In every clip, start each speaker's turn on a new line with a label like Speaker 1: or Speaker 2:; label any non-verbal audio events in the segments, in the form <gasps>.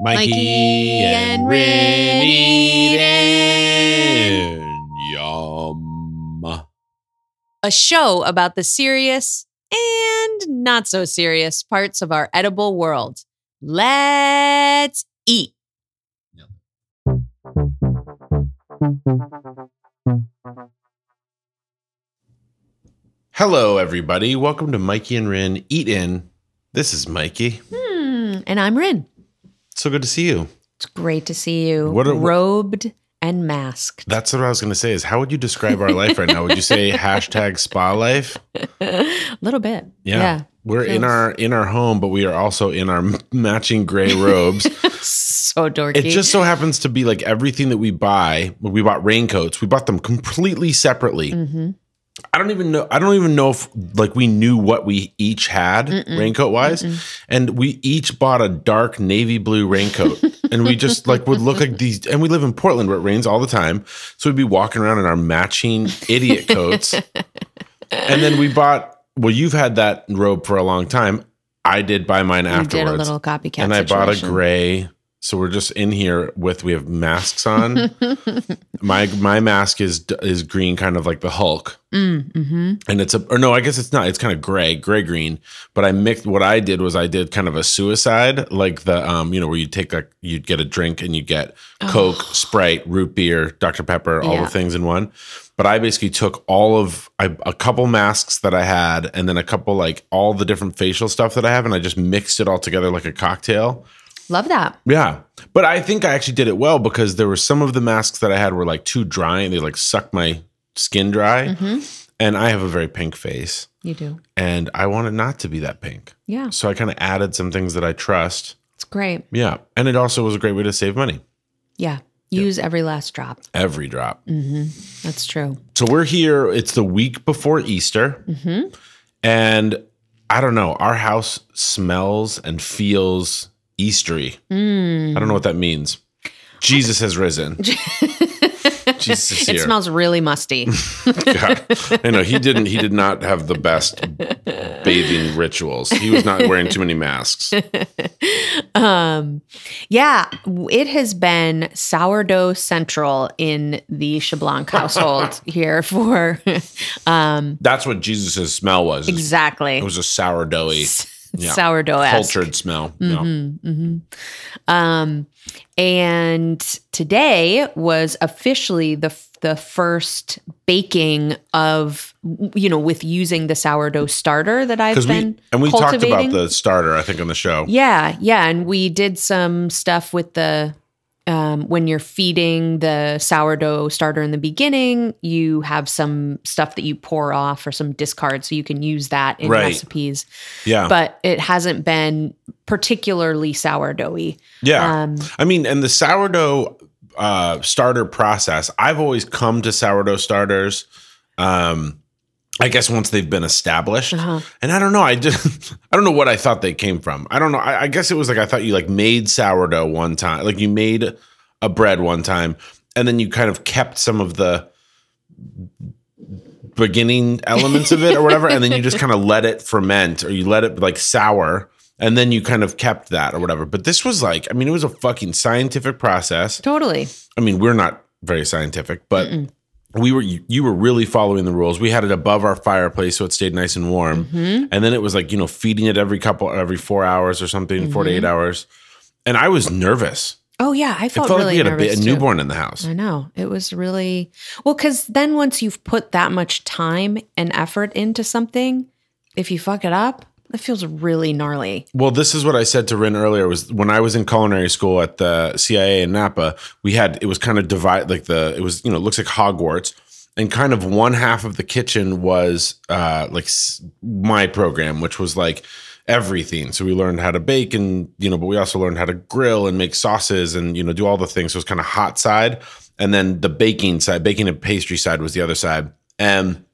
Speaker 1: Mikey,
Speaker 2: Mikey
Speaker 1: and,
Speaker 2: and
Speaker 1: Rin
Speaker 2: Rin
Speaker 1: eat
Speaker 2: eat
Speaker 1: in. Yum.
Speaker 2: a show about the serious and not so serious parts of our edible world. Let's eat.
Speaker 1: Hello, everybody. Welcome to Mikey and Rin Eat In. This is Mikey.
Speaker 2: Hmm. And I'm Rin.
Speaker 1: So good to see you.
Speaker 2: It's great to see you
Speaker 1: What are-
Speaker 2: robed
Speaker 1: <laughs>
Speaker 2: and masked.
Speaker 1: That's what I was going to say is how would you describe our life right now? Would you
Speaker 2: <laughs>
Speaker 1: say hashtag spa life?
Speaker 2: a little bit.
Speaker 1: Yeah. We're in
Speaker 2: Feels-
Speaker 1: our in our home, but we are also in our matching
Speaker 2: <laughs>
Speaker 1: gray robes.
Speaker 2: Yeah. <laughs> so dorky.
Speaker 1: It just so happens to be like everything that we buy. when We bought raincoats. We bought them completely separately.
Speaker 2: Mhm.
Speaker 1: I don't even know. I don't even know if like we knew what we each had
Speaker 2: Mm-mm.
Speaker 1: raincoat Mm-hmm. wise, and we each bought a dark navy blue raincoat, and we just like would look like these. And we live in Portland where it rains all the time, so we'd be walking around in our matching idiot
Speaker 2: <laughs>
Speaker 1: coats. and then we bought. Well, you've had that robe for a long time. I did buy mine
Speaker 2: You
Speaker 1: afterwards
Speaker 2: did a little copycat.
Speaker 1: and I bought a
Speaker 2: situation.
Speaker 1: gray. So we're just in here with we have masks
Speaker 2: <laughs>
Speaker 1: on. my my mask is is green, kind of like the Hulk,
Speaker 2: Mm, hmm
Speaker 1: and it's a or no, I guess it's not. It's kind of gray, gray green. But I mixed. What I did was I did kind of a suicide, like the um, you know, where you take like you'd get a drink and you get Coke, Sprite, root beer, Dr Pepper, all
Speaker 2: Yeah.
Speaker 1: the things in one. But I basically took all of I, a couple masks that I had, and then a couple like all the different facial stuff that I have, and I just mixed it all together like a cocktail.
Speaker 2: Love that.
Speaker 1: Yeah. But I think I actually did it well because there were some of the masks that I had were like too dry and they like sucked my skin dry. And I have a very pink face
Speaker 2: You do.
Speaker 1: and I want it not to be that pink.
Speaker 2: Yeah.
Speaker 1: So I kind of added some things that I trust.
Speaker 2: It's great.
Speaker 1: Yeah. And it also was a great way to save money
Speaker 2: Yeah. Use every last drop.
Speaker 1: every drop.
Speaker 2: That's true.
Speaker 1: So we're here. It's the week before Easter.
Speaker 2: Mhm.
Speaker 1: And I don't know. Our house smells and feels Eastery.
Speaker 2: Mm.
Speaker 1: I don't know what that means. Jesus has
Speaker 2: <laughs>
Speaker 1: risen. Jesus is
Speaker 2: It
Speaker 1: here.
Speaker 2: smells
Speaker 1: <laughs>
Speaker 2: really musty.
Speaker 1: God. I know he didn't. He did not have the best bathing rituals. He was not wearing too many masks.
Speaker 2: um, yeah, it has been sourdough central in the Chablanc
Speaker 1: <laughs>
Speaker 2: household here for <laughs> um,
Speaker 1: That's what Jesus's smell was.
Speaker 2: exactly
Speaker 1: It was a sourdough-y, yeah.
Speaker 2: sourdough
Speaker 1: cultured smell.
Speaker 2: Mm-hmm.
Speaker 1: Yeah.
Speaker 2: Um, and today was officially the the first baking of you know with using the sourdough starter that I've been
Speaker 1: we and we talked about
Speaker 2: cultivating.
Speaker 1: the starter, I think, on the show.
Speaker 2: Yeah, yeah, and we did some stuff with the um, when you're feeding the sourdough starter in the beginning, you have some stuff that you pour off or some discard, so you can use that in
Speaker 1: Right. Oh.
Speaker 2: recipes.
Speaker 1: Yeah,
Speaker 2: But it hasn't been particularly sourdoughy.
Speaker 1: yeah.
Speaker 2: Um,
Speaker 1: I mean, and the sourdough uh, starter process, I've always come to sourdough starters. Um, I guess once they've been established,
Speaker 2: Uh-huh.
Speaker 1: and I don't know, I just <laughs> I don't know what I thought they came from. I don't know. I, I guess it was like I thought you like made sourdough one time, like you made a bread one time, and then you kind of kept some of the beginning elements of it or whatever, and then you just kind of let it ferment or you let it like sour, and then you kind of kept that or whatever. But this was like, I mean, it was a fucking scientific process.
Speaker 2: totally.
Speaker 1: I mean, we're not very scientific, but we were you, you were really following the rules. We had it above our fireplace so it stayed nice and
Speaker 2: Mm-hmm.
Speaker 1: warm. And then it was like, you know, feeding it every couple every 4 hours or something, 4
Speaker 2: Mm-hmm.
Speaker 1: to 8 hours. And I was nervous.
Speaker 2: Oh yeah, I
Speaker 1: It
Speaker 2: felt,
Speaker 1: felt like
Speaker 2: really
Speaker 1: we had a, ba-
Speaker 2: nervous
Speaker 1: a
Speaker 2: too.
Speaker 1: newborn in the house.
Speaker 2: I know it was really well because then once you've put that much time and effort into something, if you fuck it up, it feels really gnarly.
Speaker 1: Well, this is what I said to Rin earlier was when I was in culinary school at the CIA in Napa, we had it was kind of divide like the it was, you know, it looks like Hogwarts. And kind of one half of the kitchen was uh like s- my program, which was like everything. So we learned how to bake and you know, but we also learned how to grill and make sauces and you know, do all the things. So it was kind of hot side. And then the baking side, baking and pastry side was the other side. And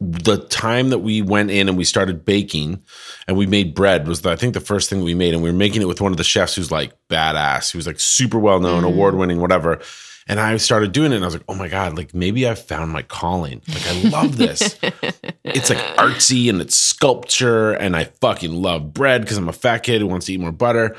Speaker 1: the time that we went in and we started baking and we made bread was the, I think the first thing we made and we were making it with one of the chefs who's like badass who's like super well known award winning whatever and I started doing it and I was like oh my god like maybe I found my calling like I love this it's like artsy and it's sculpture and I fucking love bread cuz I'm a fat kid who wants to eat more butter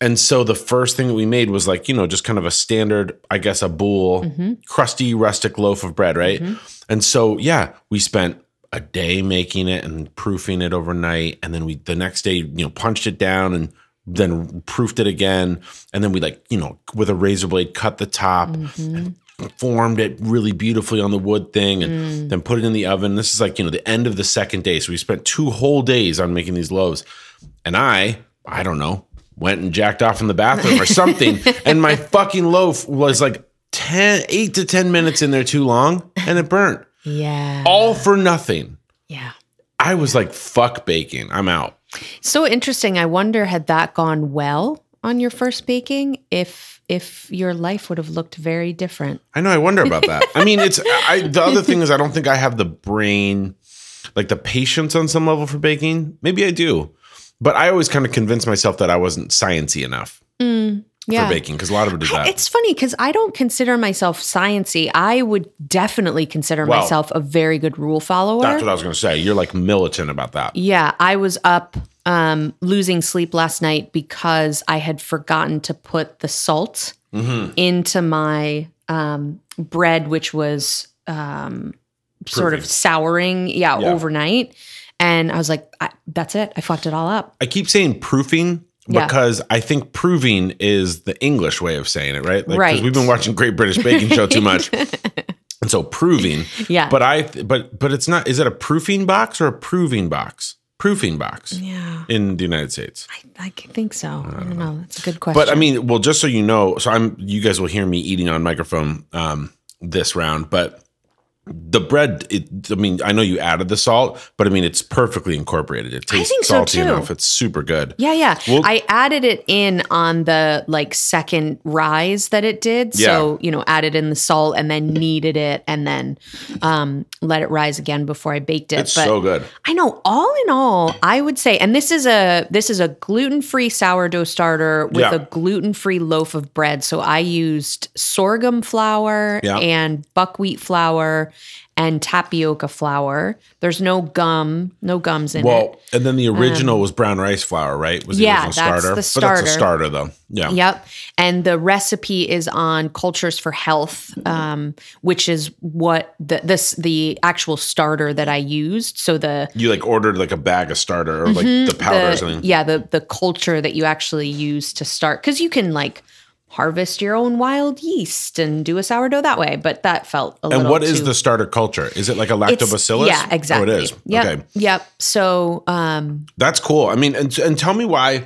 Speaker 1: And so the first thing that we made was like, you know, just kind of a standard, I guess, a boule, crusty, rustic loaf of bread, right? And so, yeah, we spent a day making it and proofing it overnight. And then we, the next day, you know, punched it down and then proofed it again. And then we, like, you know, with a razor blade, cut the top and formed it really beautifully on the wood thing and then put it in the oven. This is like, you know, the end of the second day. So we spent two whole days on making these loaves. And I, I don't know, went and jacked off in the bathroom or
Speaker 2: <laughs>
Speaker 1: something. and my fucking loaf was like 10, eight to 10 minutes in there too long and it burnt
Speaker 2: Yeah.
Speaker 1: all for nothing.
Speaker 2: yeah.
Speaker 1: I was like, fuck baking. I'm out.
Speaker 2: So interesting. I wonder had that gone well on your first baking, if if your life would have looked very different.
Speaker 1: I know. I wonder about that. I mean, it's I, the other thing is I don't think I have the brain, like the patience on some level for baking. Maybe I do, but I always kind of convinced myself that I wasn't sciency enough
Speaker 2: Yeah.
Speaker 1: for baking because a lot of it is
Speaker 2: I-
Speaker 1: that.
Speaker 2: It's funny because I don't consider myself sciency. I would definitely consider
Speaker 1: Well,
Speaker 2: myself a very good rule follower.
Speaker 1: That's what I was going to say. You're like militant about that.
Speaker 2: Yeah, I was up um, losing sleep last night because I had forgotten to put the salt Mm-hmm. into my um, bread, which was um, sort of
Speaker 1: Proving.
Speaker 2: souring, yeah,
Speaker 1: Yeah.
Speaker 2: overnight. And I was like, I, that's it. I fucked it all up.
Speaker 1: I keep saying proofing
Speaker 2: Yeah.
Speaker 1: because I think proving is the English way of saying it, right? Like, 'cause
Speaker 2: Right.
Speaker 1: we've been watching Great British Baking Show too
Speaker 2: <laughs>
Speaker 1: much. And so proving,
Speaker 2: Yeah.
Speaker 1: but I, but but it's not. Is it a proofing box or a proving box? Proofing box
Speaker 2: yeah,
Speaker 1: in the United States.
Speaker 2: I, I think so. I don't know. That's a good question.
Speaker 1: But I mean, well, just so you know, so I'm you guys will hear me eating on microphone um this round, but the bread it, I mean, I know you added the salt, but I mean it's perfectly incorporated. It tastes
Speaker 2: think so,
Speaker 1: salty
Speaker 2: too.
Speaker 1: enough. It's super good.
Speaker 2: Yeah, yeah.
Speaker 1: Well-
Speaker 2: I added it in on the like second rise that it did. So, you know, added in the salt and then kneaded it and then um, let it rise again before I baked it.
Speaker 1: It's so good.
Speaker 2: I know all in all, I would say and this is a this is a gluten-free sourdough starter with
Speaker 1: Yeah.
Speaker 2: a gluten-free loaf of bread. So I used sorghum flour
Speaker 1: Yeah.
Speaker 2: and buckwheat flour and tapioca flour. There's no gum, no gums in it.
Speaker 1: Well, and then the original was brown rice flour, right? Was
Speaker 2: Um, yeah,
Speaker 1: the original
Speaker 2: that's
Speaker 1: starter.
Speaker 2: the
Speaker 1: But that's a starter
Speaker 2: starter.
Speaker 1: though. Yeah.
Speaker 2: Yep. And the recipe is on Cultures for Health, um, which is what the this the actual starter that I used. So the
Speaker 1: You like ordered like a bag of starter or like the powder or
Speaker 2: Mm-hmm. the
Speaker 1: something.
Speaker 2: yeah the the culture that you actually use to start because you can like harvest your own wild yeast and do a sourdough that way. But that felt a little.
Speaker 1: And what is
Speaker 2: too-
Speaker 1: the starter culture? Is it like a
Speaker 2: It's-
Speaker 1: lactobacillus?
Speaker 2: Yeah, exactly.
Speaker 1: Oh, it is.
Speaker 2: Yep.
Speaker 1: Okay.
Speaker 2: Yep. So um,
Speaker 1: That's cool. I mean, and, and tell me why.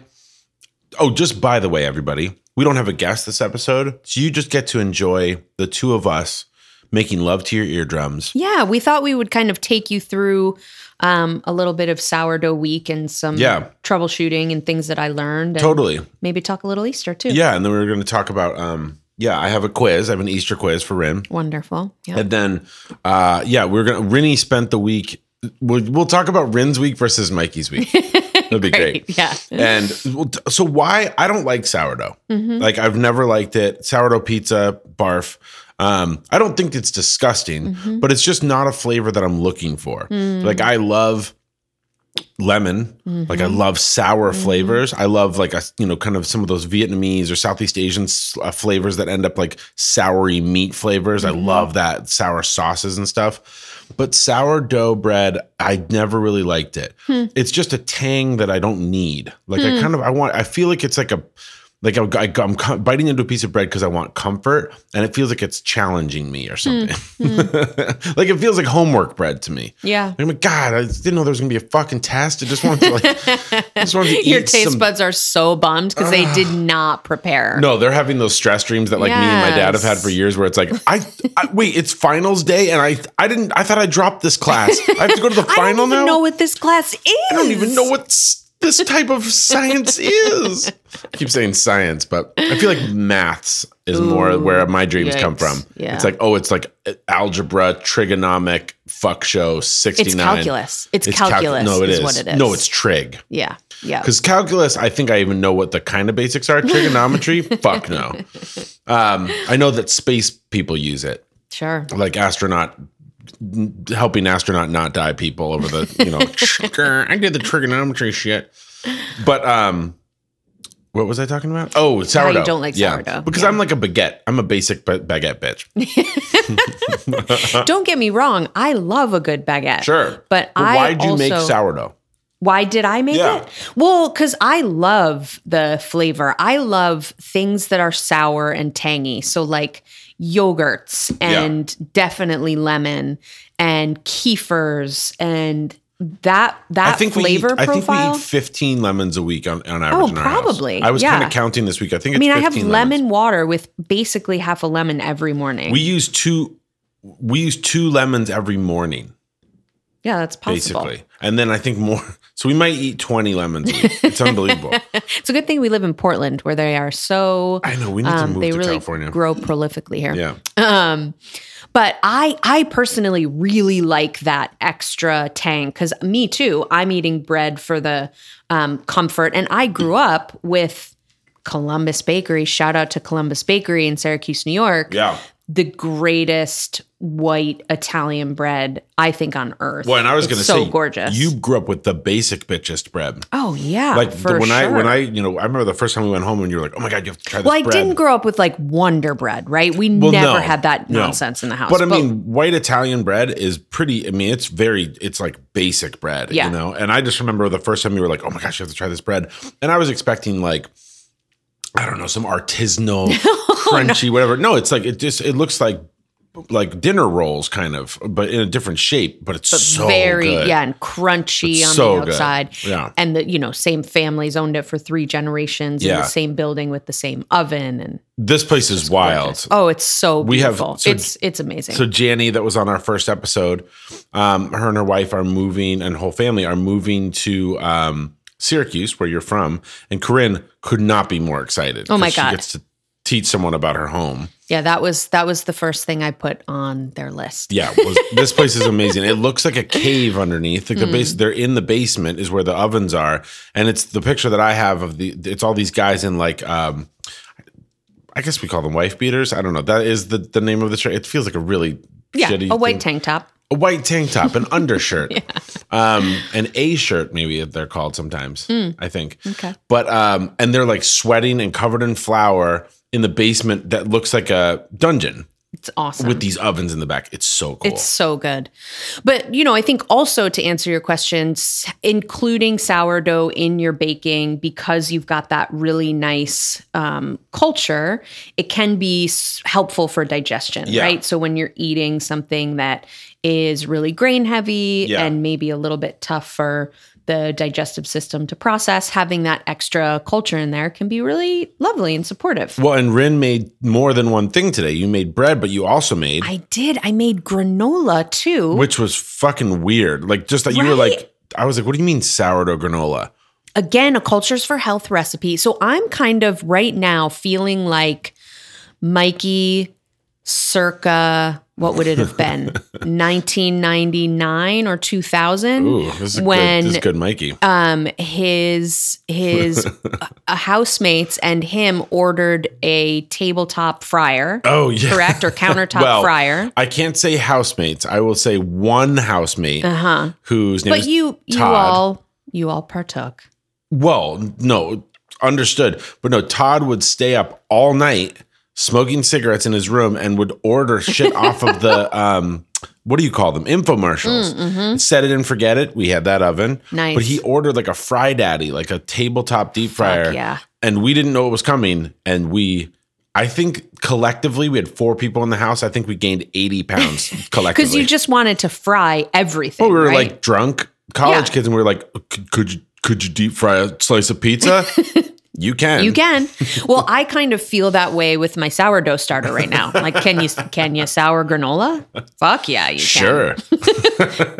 Speaker 1: Oh, just by the way, everybody, we don't have a guest this episode. So you just get to enjoy the two of us making love to your eardrums.
Speaker 2: yeah, we thought we would kind of take you through um, a little bit of sourdough week and some
Speaker 1: Yeah.
Speaker 2: troubleshooting and things that I learned. and-
Speaker 1: Totally.
Speaker 2: maybe talk a little Easter too.
Speaker 1: Yeah. And then we were going to talk about, um, yeah, I have a quiz. I have an Easter quiz for Rin.
Speaker 2: Wonderful. Yeah.
Speaker 1: And then, uh, yeah, we are gonna. Rennie spent the week. We'll, we'll talk about Rin's week versus Mikey's week. That'd be great.
Speaker 2: <laughs> Yeah.
Speaker 1: And well, t- so, why I don't like sourdough? Like I've never liked it. Sourdough pizza, barf. Um, I don't think it's disgusting, but it's just not a flavor that I'm looking for. Like I love lemon. Like I love sour flavors. I love like a you know kind of some of those Vietnamese or Southeast Asian s- uh, flavors that end up like soury meat flavors. I love that sour sauces and stuff. But sourdough bread, I never really liked it. It's just a tang that I don't need. Like I kind of I want. I feel like it's like a like I'm, I, I'm co- biting into a piece of bread because I want comfort, and it feels like it's challenging me or something. like it feels like homework bread to me.
Speaker 2: Yeah.
Speaker 1: I'm like, God, I didn't know there was gonna be a fucking test. I just wanted
Speaker 2: <laughs>
Speaker 1: to like, I just wanted to
Speaker 2: Your
Speaker 1: eat
Speaker 2: taste
Speaker 1: some-
Speaker 2: buds are so bummed because they
Speaker 1: <sighs>
Speaker 2: did not prepare.
Speaker 1: No, they're having those stress dreams that like me and my dad have had for
Speaker 2: Yes.
Speaker 1: years, where it's like, I, I wait, it's finals day, and I, I didn't, I thought I dropped this class. I have to go to the
Speaker 2: <laughs> I don't
Speaker 1: final
Speaker 2: even
Speaker 1: now.
Speaker 2: know what this class is.
Speaker 1: I don't even know what s- this type of science is. I keep saying science, but I feel like maths is more where my dreams come
Speaker 2: yikes.
Speaker 1: from.
Speaker 2: Yeah.
Speaker 1: It's like, oh, it's like algebra, trigonomic, fuck show, sixty
Speaker 2: It's
Speaker 1: nine.
Speaker 2: calculus. It's, calculus.
Speaker 1: no, it
Speaker 2: is,
Speaker 1: is.
Speaker 2: what it is.
Speaker 1: No, it's trig.
Speaker 2: yeah, yeah.
Speaker 1: Because calculus, I think I even know what the kind of basics are.
Speaker 2: <laughs>
Speaker 1: Trigonometry, fuck no. Um, I know that space people use it,
Speaker 2: Sure.
Speaker 1: like astronaut helping astronaut not die people over
Speaker 2: <laughs>
Speaker 1: the you know. I did the trigonometry shit, but um, What was I talking about? Oh, sourdough.
Speaker 2: you don't like sourdough.
Speaker 1: Because
Speaker 2: Yeah.
Speaker 1: I'm like a baguette. I'm a basic ba- baguette bitch.
Speaker 2: Don't get me wrong, I love a good baguette.
Speaker 1: Uh. sure. But
Speaker 2: But, I
Speaker 1: why'd you
Speaker 2: also,
Speaker 1: make sourdough?
Speaker 2: Why did I make
Speaker 1: Yeah.
Speaker 2: it? Well, because I love the flavor. I love things that are sour and tangy. So, like yogurts
Speaker 1: Yeah.
Speaker 2: and definitely lemon and kefirs and that
Speaker 1: I
Speaker 2: that
Speaker 1: think
Speaker 2: flavor
Speaker 1: we eat, I think
Speaker 2: profile.
Speaker 1: we eat 15 lemons a week on, on average.
Speaker 2: Oh,
Speaker 1: in our house.
Speaker 2: probably.
Speaker 1: I was kind
Speaker 2: Yeah.
Speaker 1: of counting this week. I think. It's
Speaker 2: I mean, I have
Speaker 1: 15 lemons.
Speaker 2: lemon water with basically half a lemon every morning.
Speaker 1: We use two. We use two lemons every morning,
Speaker 2: yeah, that's possible.
Speaker 1: basically, and then I think more. <laughs> So we might eat 20 lemons. A week. It's
Speaker 2: <laughs>
Speaker 1: unbelievable.
Speaker 2: It's a good thing we live in Portland where they are so
Speaker 1: I know we need to
Speaker 2: um,
Speaker 1: move
Speaker 2: they
Speaker 1: to
Speaker 2: really
Speaker 1: California.
Speaker 2: grow prolifically here.
Speaker 1: yeah,
Speaker 2: Um, but I I personally really like that extra tang because me too. I'm eating bread for the um, comfort, and I grew up with Columbus Bakery. Shout out to Columbus Bakery in Syracuse, New York.
Speaker 1: yeah.
Speaker 2: The greatest white Italian bread I think on earth.
Speaker 1: Well, and I was
Speaker 2: It's
Speaker 1: going to
Speaker 2: so
Speaker 1: say,
Speaker 2: gorgeous.
Speaker 1: You grew up with the basic bitchest bread.
Speaker 2: oh yeah,
Speaker 1: Like the-
Speaker 2: for
Speaker 1: when I
Speaker 2: sure.
Speaker 1: when I you know I remember the first time we went home and you were like, oh my god, you have to try this
Speaker 2: well, I
Speaker 1: bread.
Speaker 2: didn't grow up with like Wonder Bread, right? We
Speaker 1: Well,
Speaker 2: never
Speaker 1: no,
Speaker 2: had that
Speaker 1: no.
Speaker 2: nonsense in the house.
Speaker 1: But I mean, white Italian bread is pretty. I mean, it's very, it's like basic bread,
Speaker 2: Yeah.
Speaker 1: you know. And I just remember the first time you were like, "Oh my gosh, you have to try this bread," and I was expecting like, I don't know, some artisanal,
Speaker 2: <laughs> Oh,
Speaker 1: crunchy, whatever. No, it's like it just it looks like like dinner rolls kind of, but in a different shape. But it's so
Speaker 2: very
Speaker 1: good.
Speaker 2: yeah and crunchy
Speaker 1: It's
Speaker 2: on
Speaker 1: so
Speaker 2: the
Speaker 1: good.
Speaker 2: outside
Speaker 1: Yeah.
Speaker 2: and the you know same families owned it for three generations in
Speaker 1: Yeah.
Speaker 2: the same building with the same oven and
Speaker 1: This place is wild.
Speaker 2: oh it's so
Speaker 1: We have-
Speaker 2: beautiful
Speaker 1: so-
Speaker 2: it's it's amazing
Speaker 1: So Janny, that was on our first episode, um, her and her wife are moving, and whole family are moving to um, Syracuse, where you're from. And Corinne could not be more excited.
Speaker 2: Oh my
Speaker 1: 'cause
Speaker 2: God.
Speaker 1: She gets to teach someone about her home.
Speaker 2: yeah that was that was the first thing I put on their list
Speaker 1: Yeah, it was, this place is amazing. It looks like a cave underneath. Like the
Speaker 2: Mm-hmm.
Speaker 1: base, they're in the basement is where the ovens are, and it's the picture that I have of the. It's all these guys in like. Um, I guess we call them wife beaters. I don't know. That is the, the name of the shirt. It feels like a really
Speaker 2: yeah
Speaker 1: shitty
Speaker 2: a white
Speaker 1: thing.
Speaker 2: tank top
Speaker 1: a white tank top,
Speaker 2: <laughs>
Speaker 1: an undershirt, um, an A shirt, maybe they're called sometimes. I think.
Speaker 2: Hmm. Okay.
Speaker 1: But um, and they're like sweating and covered in flour in the basement that looks like a dungeon
Speaker 2: it's awesome
Speaker 1: with these ovens in the back. It's so cool.
Speaker 2: It's so good. But, you know, I think also to answer your question, s- including sourdough in your baking, because you've got that really nice um, culture, it can be s- helpful for digestion,
Speaker 1: Yeah.
Speaker 2: right? So when you're eating something that is really grain heavy
Speaker 1: Yeah.
Speaker 2: and maybe a little bit tough for the digestive system to process, having that extra culture in there can be really lovely and supportive.
Speaker 1: well, and Rin made more than one thing today. You made bread, but you also made
Speaker 2: I did. I made granola too.
Speaker 1: which was fucking weird. Like just that you were
Speaker 2: Right?
Speaker 1: like I was like, what do you mean sourdough granola?
Speaker 2: again, a Cultures for Health recipe. So I'm kind of right now feeling like Mikey circa, what would it have been?
Speaker 1: <laughs>
Speaker 2: 1999 or 2000
Speaker 1: Ooh, this is
Speaker 2: when
Speaker 1: good. This is good, Mikey.
Speaker 2: um his
Speaker 1: <laughs>
Speaker 2: his uh, housemates and him ordered a tabletop fryer
Speaker 1: oh yeah,
Speaker 2: correct
Speaker 1: <laughs>
Speaker 2: or countertop
Speaker 1: Well,
Speaker 2: fryer
Speaker 1: I can't say housemates. I will say one housemate
Speaker 2: uh-huh
Speaker 1: whose name
Speaker 2: but
Speaker 1: is
Speaker 2: you you
Speaker 1: Todd.
Speaker 2: all you all partook
Speaker 1: well, no, understood. But no, Todd would stay up all night smoking cigarettes in his room and would order shit off of
Speaker 2: <laughs>
Speaker 1: the um what do you call them? Infomercials.
Speaker 2: Mm-hmm.
Speaker 1: Set it and forget it. We had that oven.
Speaker 2: Mm, Nice.
Speaker 1: But he ordered like a fry daddy, like a tabletop deep fryer.
Speaker 2: yeah.
Speaker 1: And we didn't know it was coming. And we I think collectively we had four people in the house. I think we gained 80
Speaker 2: <laughs>
Speaker 1: pounds collectively.
Speaker 2: because you just wanted to fry everything
Speaker 1: Well, Oh, we were
Speaker 2: right?
Speaker 1: like drunk college
Speaker 2: Yeah.
Speaker 1: kids, and we were like, could, could you could you deep fry a slice of
Speaker 2: <laughs>
Speaker 1: pizza? you can.
Speaker 2: You can. Well, I kind of feel that way with my sourdough starter right now. Like, can you can you sour granola? Fuck yeah, you can. <laughs>
Speaker 1: Sure.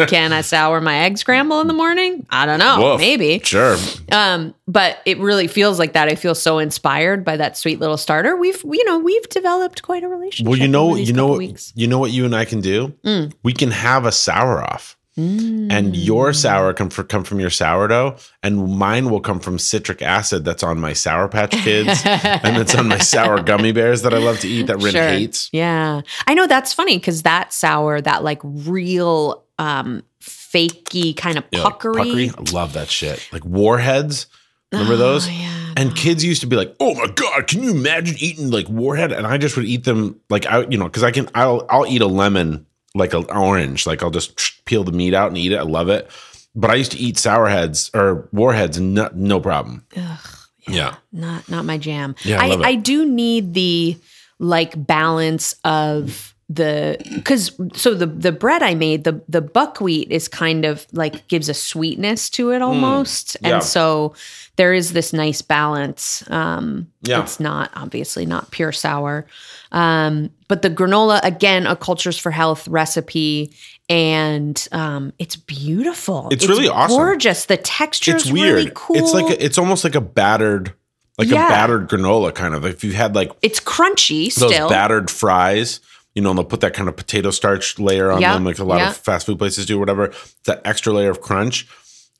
Speaker 2: Can I sour my egg scramble in the morning? I don't know.
Speaker 1: Woof.
Speaker 2: Oh, Maybe.
Speaker 1: Sure.
Speaker 2: Um, but it really feels like that. I feel so inspired by that sweet little starter. We've you know we've developed quite a relationship.
Speaker 1: Well, you know,
Speaker 2: over these
Speaker 1: you know
Speaker 2: couple
Speaker 1: what,
Speaker 2: weeks. Mm.
Speaker 1: you know what you and I can do. We can have a sour off, <laughs> and
Speaker 2: Mm.
Speaker 1: your sour come from come from your sourdough, and mine will come from citric acid that's on my Sour Patch Kids,
Speaker 2: <laughs>
Speaker 1: and that's on my sour gummy bears that I love to eat that Rin
Speaker 2: Sure.
Speaker 1: hates.
Speaker 2: Yeah, I know that's funny because that sour, that like real um fakey kind of
Speaker 1: Yeah,
Speaker 2: puckery.
Speaker 1: puckery. I love that shit. Like warheads. Remember
Speaker 2: Oh,
Speaker 1: those?
Speaker 2: yeah.
Speaker 1: And kids used to be like, "Oh my god, can you imagine eating like warhead?" And I just would eat them like I, you know, because I can. I'll I'll eat a lemon like an orange. Like I'll just peel the meat out and eat it. I love it. But I used to eat sour heads or warheads, no, no problem.
Speaker 2: Ugh,
Speaker 1: Yeah.
Speaker 2: Not not my jam.
Speaker 1: Yeah, I
Speaker 2: I,
Speaker 1: love it.
Speaker 2: I do need the like balance of the because so the the bread I made the the buckwheat is kind of like gives a sweetness to it almost,
Speaker 1: Mm. yeah.
Speaker 2: and so there is this nice balance. Um,
Speaker 1: Yeah.
Speaker 2: it's not obviously not pure sour, um, but the granola again a cultures for health recipe. And um, it's beautiful.
Speaker 1: It's really awesome.
Speaker 2: Gorgeous. The texture
Speaker 1: It's
Speaker 2: is
Speaker 1: weird.
Speaker 2: really cool.
Speaker 1: It's like a, it's almost like a battered, like
Speaker 2: Yeah.
Speaker 1: a battered granola kind of. If you had like
Speaker 2: it's crunchy
Speaker 1: those
Speaker 2: still.
Speaker 1: battered fries. You know, and they'll put that kind of potato starch layer on
Speaker 2: Yeah,
Speaker 1: them, like a lot
Speaker 2: yeah.
Speaker 1: of fast food places do, or whatever. That extra layer of crunch.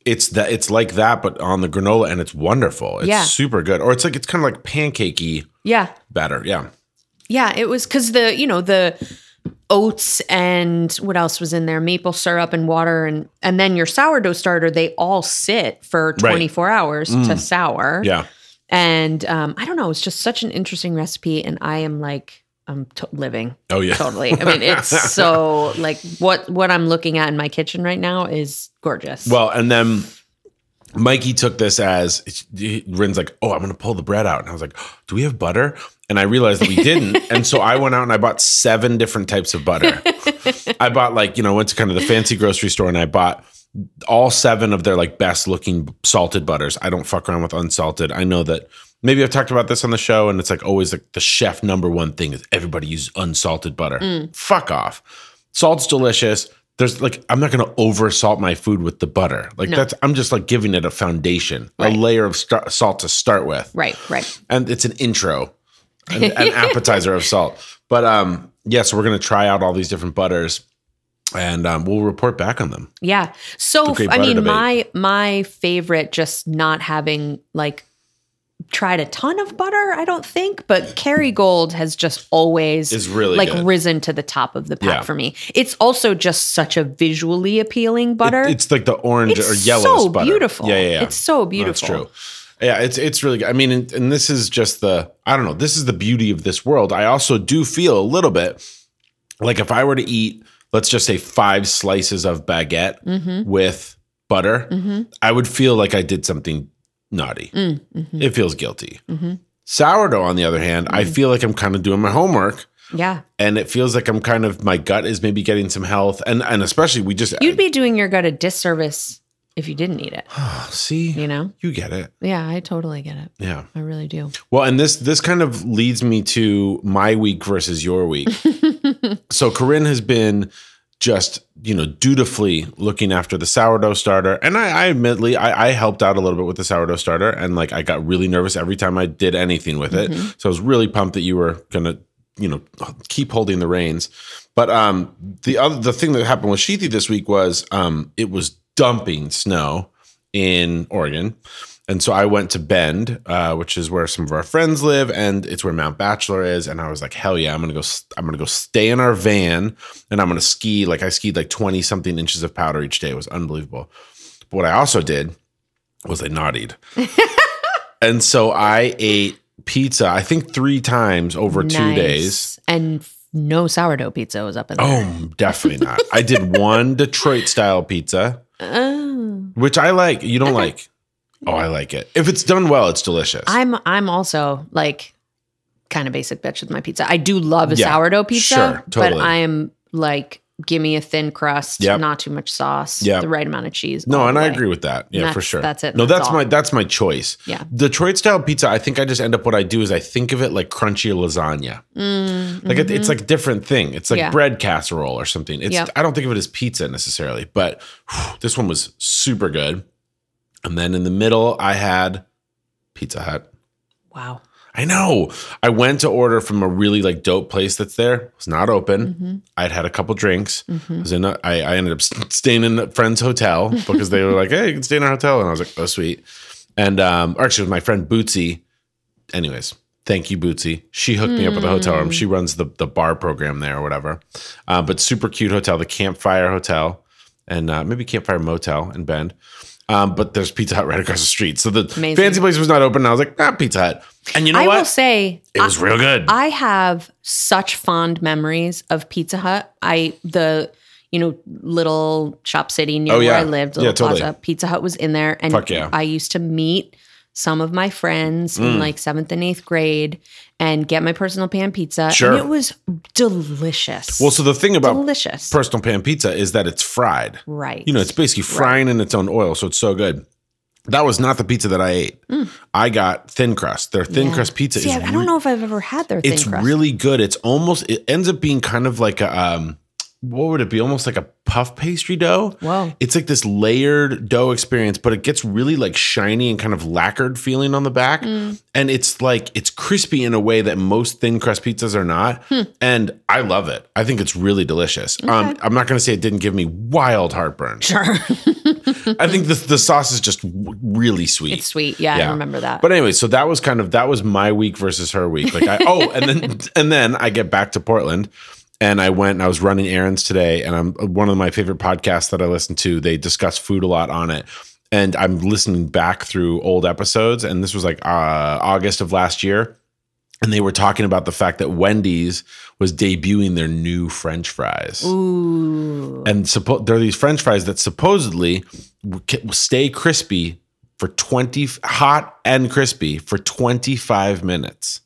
Speaker 1: It's that it's like that, but on the granola, and it's wonderful. It's
Speaker 2: Yeah.
Speaker 1: super good. Or it's like it's kind of like pancakey
Speaker 2: yeah.
Speaker 1: batter. Yeah.
Speaker 2: Yeah, it was cuz the, you know, the oats and what else was in there? Maple syrup and water and and then your sourdough starter, they all sit for
Speaker 1: Right. Mm.
Speaker 2: 24 hours to sour.
Speaker 1: Yeah.
Speaker 2: And um I don't know, it's just such an interesting recipe and I am like I'm t- living
Speaker 1: Oh yeah.
Speaker 2: totally. I
Speaker 1: <laughs>
Speaker 2: mean, it's so like what what I'm looking at in my kitchen right now is gorgeous.
Speaker 1: Well, and then Mikey took this as Rin's like, "Oh, I'm gonna pull the bread out," and I was like, "Do we have butter?" And I realized that we didn't, and so I went out and I bought seven different types of butter.
Speaker 2: <laughs>
Speaker 1: I bought like you know went to kind of the fancy grocery store and I bought all seven of their like best looking salted butters. I don't fuck around with unsalted. I know that maybe I've talked about this on the show, and it's like always like the chef number one thing is everybody uses unsalted butter.
Speaker 2: Mm.
Speaker 1: Fuck off. Salt's delicious. There's like I'm not gonna oversalt my food with the butter. Like
Speaker 2: No.
Speaker 1: that's I'm just like giving it a foundation,
Speaker 2: Right.
Speaker 1: a layer of star- salt to start with
Speaker 2: right, right.
Speaker 1: and it's an intro,
Speaker 2: <laughs>
Speaker 1: an, an appetizer of salt. But um, yes, we're gonna try out all these different butters, and um, we'll report back on them.
Speaker 2: Yeah. So
Speaker 1: great
Speaker 2: I
Speaker 1: butter
Speaker 2: mean,
Speaker 1: debate.
Speaker 2: my my favorite, just not having like tried a ton of butter. I don't think, but Kerrygold has just always
Speaker 1: Is really
Speaker 2: like
Speaker 1: good.
Speaker 2: risen to the top of the pack
Speaker 1: Yeah.
Speaker 2: for me. It's also just such a visually appealing butter.
Speaker 1: It- it's like the orange
Speaker 2: It's
Speaker 1: or yellow.
Speaker 2: so
Speaker 1: butter.
Speaker 2: beautiful.
Speaker 1: Yeah, yeah, yeah.
Speaker 2: It's so
Speaker 1: No,
Speaker 2: beautiful.
Speaker 1: That's true. Yeah, it's it's really. good. I mean, and, and this is just the. I don't know. This is the beauty of this world. I also do feel a little bit like if I were to eat, let's just say five slices of baguette
Speaker 2: Mm-hmm,
Speaker 1: with butter, I would feel like I did something naughty. It feels guilty. Sourdough, on the other hand, I feel like I'm kind of doing my homework.
Speaker 2: Yeah.
Speaker 1: And it feels like I'm kind of my gut is maybe getting some health, and and especially we just
Speaker 2: You'd be doing your gut a disservice if you didn't eat it,
Speaker 1: <sighs> see
Speaker 2: you know?
Speaker 1: you get it,
Speaker 2: Yeah, I totally get it.
Speaker 1: yeah.
Speaker 2: I really do.
Speaker 1: Well, and this this kind of leads me to my week versus your week. so Corinne has been just you know dutifully looking after the sourdough starter, and I, I admittedly I, I helped out a little bit with the sourdough starter, and like I got really nervous every time I did anything with it. So I was really pumped that you were gonna you know keep holding the reins. But um, the other the thing that happened with Sheethy this week was um, it was dumping snow in Oregon. And so I went to Bend, uh, which is where some of our friends live, and it's where Mount Bachelor is. And I was like, hell yeah, I'm gonna go. s- I'm gonna go stay in our van, and I'm gonna ski. Like I skied like twenty something inches of powder each day. It was unbelievable. But what I also did was I naughtied, and so I ate pizza. I think three times over two
Speaker 2: Nice.
Speaker 1: days.
Speaker 2: And f- no sourdough pizza was up in there.
Speaker 1: Oh, definitely not. I
Speaker 2: <laughs>
Speaker 1: did one Detroit style pizza,
Speaker 2: Oh.
Speaker 1: which I like. You don't like? Oh, I like it. If it's done well, it's delicious.
Speaker 2: I'm I'm also like kind of basic bitch with my pizza. I do love a
Speaker 1: Yeah,
Speaker 2: sourdough pizza,
Speaker 1: sure, totally.
Speaker 2: but I'm like give me a thin crust,
Speaker 1: Yep.
Speaker 2: not too much sauce,
Speaker 1: Yep.
Speaker 2: the right amount of cheese.
Speaker 1: no,
Speaker 2: all
Speaker 1: and
Speaker 2: the
Speaker 1: I
Speaker 2: way.
Speaker 1: agree with that. Yeah, for
Speaker 2: That's-
Speaker 1: sure.
Speaker 2: that's it.
Speaker 1: No,
Speaker 2: That's
Speaker 1: that's
Speaker 2: all.
Speaker 1: my that's my choice.
Speaker 2: Yeah.
Speaker 1: Detroit style pizza. I think I just end up what I do is I think of it like crunchy lasagna.
Speaker 2: Mm,
Speaker 1: Like it, it's like a different thing. It's like
Speaker 2: Yeah.
Speaker 1: bread casserole or something. It's
Speaker 2: Yep.
Speaker 1: I don't think of it as pizza necessarily, but whew, this one was super good. And then in the middle, I had Pizza Hut.
Speaker 2: wow.
Speaker 1: I know. I went to order from a really like dope place that's there. It was not open. I'd had a couple drinks. I was in. A, I, I ended up st- staying in a friend's hotel because they were like, "Hey, you can stay in our hotel," and I was like, "Oh, sweet." And um, or actually, it was my friend Bootsy. Anyways, thank you, Bootsy. She hooked me up with a hotel room. She runs the the bar program there or whatever. Uh, but super cute hotel, the Campfire Hotel, and uh, maybe Campfire Motel in Bend. Um, but there's Pizza Hut right across the street. So the
Speaker 2: Amazing.
Speaker 1: fancy place was not open. And I was like, ah, Pizza Hut. And you know
Speaker 2: I will
Speaker 1: what?
Speaker 2: say,
Speaker 1: it was real good.
Speaker 2: I have such fond memories of Pizza Hut. I the you know little shop city near
Speaker 1: Oh,
Speaker 2: where
Speaker 1: yeah.
Speaker 2: I lived,
Speaker 1: Yeah,
Speaker 2: little
Speaker 1: totally.
Speaker 2: plaza. Pizza Hut was in there, and
Speaker 1: Fuck yeah. Mm.
Speaker 2: I used to meet some of my friends in like seventh and eighth grade and get my personal pan pizza,
Speaker 1: Sure.
Speaker 2: and it was delicious.
Speaker 1: well, so uh, the thing about
Speaker 2: delicious,
Speaker 1: personal pan pizza is that it's fried.
Speaker 2: right?
Speaker 1: You know, it's basically frying in its own oil, so it's so good. That was not the pizza that I ate. I got thin crust. Their thin
Speaker 2: Mm. Yeah.
Speaker 1: crust pizza
Speaker 2: See,
Speaker 1: is
Speaker 2: I, I don't know if I've ever had their thin
Speaker 1: it's
Speaker 2: crust.
Speaker 1: really good. It's almost it ends up being kind of like a um what would it be? Almost like a puff pastry dough.
Speaker 2: Whoa.
Speaker 1: It's like this layered dough experience, but it gets really like shiny and kind of lacquered feeling on the back.
Speaker 2: Hmm.
Speaker 1: And it's like it's crispy in a way that most thin crust pizzas are not.
Speaker 2: Hmm.
Speaker 1: And I love it. I think it's really delicious. Um, I'm not going to say it didn't give me wild heartburn.
Speaker 2: Sure. <laughs>
Speaker 1: I think the, the sauce is just w- really sweet.
Speaker 2: it's sweet. Yeah,
Speaker 1: Yeah.
Speaker 2: I remember that.
Speaker 1: But anyway, so that was kind of that was my week versus her week. Like I oh, and then and then I get back to Portland and I went and I was running errands today and I'm one of my favorite podcasts that I listen to, they discuss food a lot on it. And I'm listening back through old episodes and this was like uh August of last year and they were talking about the fact that Wendy's was debuting their new french fries
Speaker 2: Ooh.
Speaker 1: and suppo- there are these french fries that supposedly w- ca- stay crispy for 20 f- hot and crispy for 25 minutes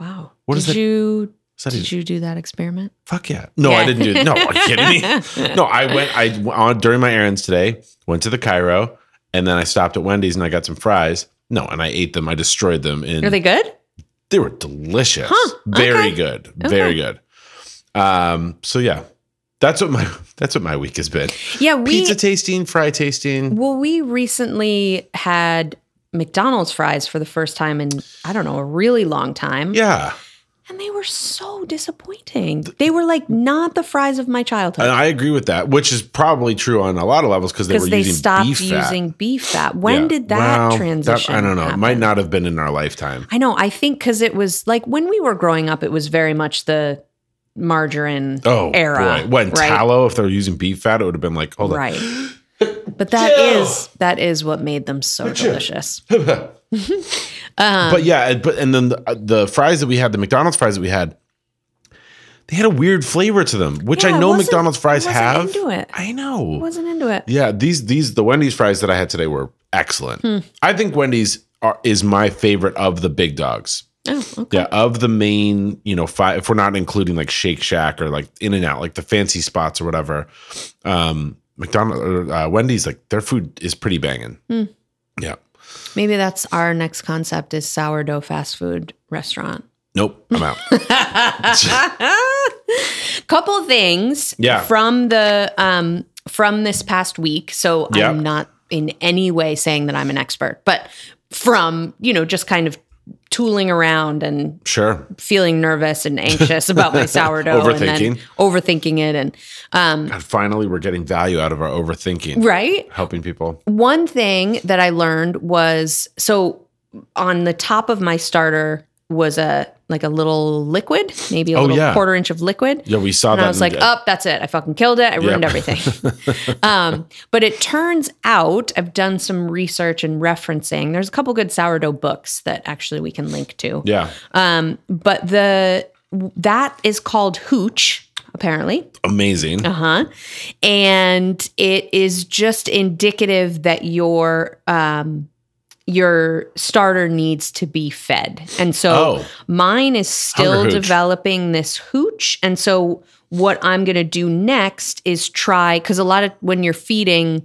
Speaker 2: Wow.
Speaker 1: What is
Speaker 2: did
Speaker 1: that-
Speaker 2: you
Speaker 1: Is that a-
Speaker 2: did you do that experiment?
Speaker 1: fuck yeah no i
Speaker 2: Yeah.
Speaker 1: didn't do it no are you kidding
Speaker 2: <laughs>
Speaker 1: me no i went i w- on during my errands today went to the cairo and then i stopped at wendy's and i got some fries no and i ate them i destroyed them in
Speaker 2: Are they good?
Speaker 1: they were delicious
Speaker 2: Huh,
Speaker 1: very
Speaker 2: okay.
Speaker 1: good very good um so yeah that's what my <laughs> that's what my week has been
Speaker 2: Yeah, we
Speaker 1: pizza tasting fry tasting
Speaker 2: well we recently had McDonald's fries for the first time in I don't know a really long time,
Speaker 1: yeah
Speaker 2: and they were so disappointing. They were like not the fries of my childhood
Speaker 1: And I agree with that, which is probably true on a lot of levels because they were
Speaker 2: because they
Speaker 1: using
Speaker 2: stopped
Speaker 1: beef fat.
Speaker 2: using beef fat. When
Speaker 1: Yeah.
Speaker 2: did that
Speaker 1: Well, that-
Speaker 2: transition?
Speaker 1: I don't know. It
Speaker 2: happen?
Speaker 1: might not have been in our lifetime.
Speaker 2: I know. I think because it was like when we were growing up, it was very much the margarine
Speaker 1: Oh,
Speaker 2: era.
Speaker 1: boy. When
Speaker 2: right?
Speaker 1: tallow, if they were using beef fat, it would have been like, hold
Speaker 2: right.
Speaker 1: <gasps>
Speaker 2: But that
Speaker 1: Jill.
Speaker 2: is that is what made them so delicious.
Speaker 1: on. but yeah, it- but and then the, uh, the fries that we had, the McDonald's fries that we had, they had a weird flavor to them, which
Speaker 2: Yeah,
Speaker 1: I
Speaker 2: I
Speaker 1: know
Speaker 2: wasn't-
Speaker 1: McDonald's fries
Speaker 2: I wasn't
Speaker 1: have.
Speaker 2: into it.
Speaker 1: I know.
Speaker 2: Wasn't into it.
Speaker 1: Yeah, these these the Wendy's fries that I had today were excellent.
Speaker 2: Hmm.
Speaker 1: I think Wendy's are, is my favorite of the big dogs.
Speaker 2: Oh, okay.
Speaker 1: Yeah, of the main, you know, five. If we're not including like Shake Shack or like In and Out, like the fancy spots or whatever, um, McDonald's or uh, Wendy's, like their food is pretty banging.
Speaker 2: Hmm.
Speaker 1: Yeah.
Speaker 2: Maybe that's our next concept is sourdough fast food restaurant.
Speaker 1: Nope. I'm
Speaker 2: <laughs>
Speaker 1: out.
Speaker 2: Couple things
Speaker 1: Yeah.
Speaker 2: from the um from this past week. So
Speaker 1: Yeah.
Speaker 2: I'm not in any way saying that I'm an expert, but from, you know, just kind of tooling around and
Speaker 1: sure.
Speaker 2: feeling nervous and anxious about
Speaker 1: <laughs>
Speaker 2: my sourdough and then
Speaker 1: Overthinking.
Speaker 2: overthinking it and um
Speaker 1: God, finally, we're getting value out of our overthinking,
Speaker 2: right?
Speaker 1: helping people.
Speaker 2: One thing that I learned was so on the top of my starter was a like a little liquid, maybe a little
Speaker 1: Oh, yeah.
Speaker 2: quarter inch of liquid.
Speaker 1: Yeah, we saw
Speaker 2: And
Speaker 1: that.
Speaker 2: I was like, "Oh."
Speaker 1: in-
Speaker 2: up, that's it. I fucking killed it. I ruined everything.
Speaker 1: <laughs>
Speaker 2: um, but it turns out I've done some research and referencing. There's a couple good sourdough books that actually we can link to.
Speaker 1: yeah,
Speaker 2: Um, but the that is called hooch, apparently.
Speaker 1: amazing.
Speaker 2: Uh huh. And it is just indicative that your um, your starter needs to be fed, and so
Speaker 1: Oh.
Speaker 2: mine is still
Speaker 1: Hunger hooch.
Speaker 2: developing this hooch. And so what I'm going to do next is try because a lot of when you're feeding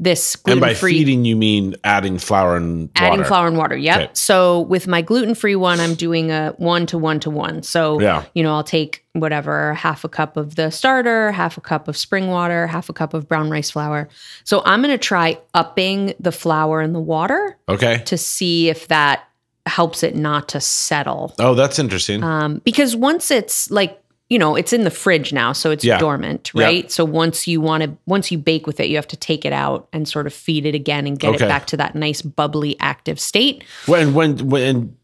Speaker 2: this
Speaker 1: and by
Speaker 2: gluten free
Speaker 1: feeding, you mean adding flour and
Speaker 2: adding
Speaker 1: water.
Speaker 2: flour and water. Yep.
Speaker 1: Okay.
Speaker 2: So with my gluten free one, I'm doing a one to one to one. So
Speaker 1: Yeah.
Speaker 2: you know, I'll take whatever half a cup of the starter, half a cup of spring water, half a cup of brown rice flour. So I'm gonna try upping the flour and the water
Speaker 1: Okay.
Speaker 2: to see if that helps it not to settle.
Speaker 1: Oh, that's interesting.
Speaker 2: Um, because once it's like you know, it's in the fridge now, so it's
Speaker 1: Yeah.
Speaker 2: dormant,
Speaker 1: Yeah.
Speaker 2: right? So once you want to, once you bake with it, you have to take it out and sort of feed it again and get
Speaker 1: Okay.
Speaker 2: it back to that nice bubbly active state.
Speaker 1: When when when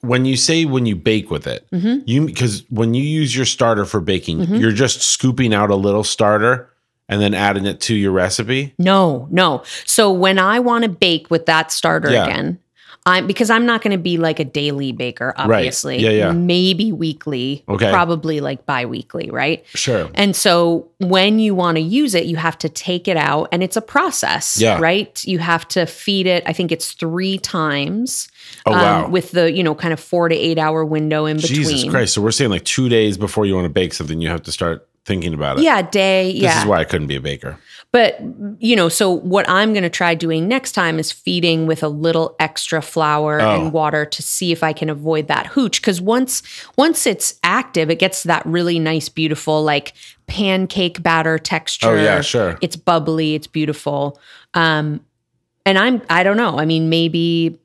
Speaker 1: when you say when you bake with it,
Speaker 2: Mm-hmm.
Speaker 1: you because when you use your starter for baking, you're just scooping out a little starter and then adding it to your recipe?
Speaker 2: No, no. So when I want to bake with that starter
Speaker 1: Yeah.
Speaker 2: again, I'm because I'm not going to be like a daily baker, obviously.
Speaker 1: Yeah, yeah.
Speaker 2: Maybe weekly,
Speaker 1: Okay.
Speaker 2: probably like bi-weekly, right?
Speaker 1: Sure.
Speaker 2: And so when you want to use it, you have to take it out and it's a process,
Speaker 1: Yeah.
Speaker 2: right? You have to feed it, I think it's three times
Speaker 1: Oh wow.
Speaker 2: Um, with the, you know, kind of four to eight hour window in between.
Speaker 1: Jesus Christ. So we're saying like two days before you want to bake something, you have to start thinking about it.
Speaker 2: Yeah, day.
Speaker 1: This
Speaker 2: Yeah.
Speaker 1: is why I couldn't be a baker.
Speaker 2: But, you know, so what I'm going to try doing next time is feeding with a little extra flour
Speaker 1: Oh.
Speaker 2: and water to see if I can avoid that hooch cuz once once it's active, it gets that really nice beautiful like pancake batter texture.
Speaker 1: Oh yeah, sure.
Speaker 2: It's bubbly, it's beautiful. Um and I'm I don't know. I mean, maybe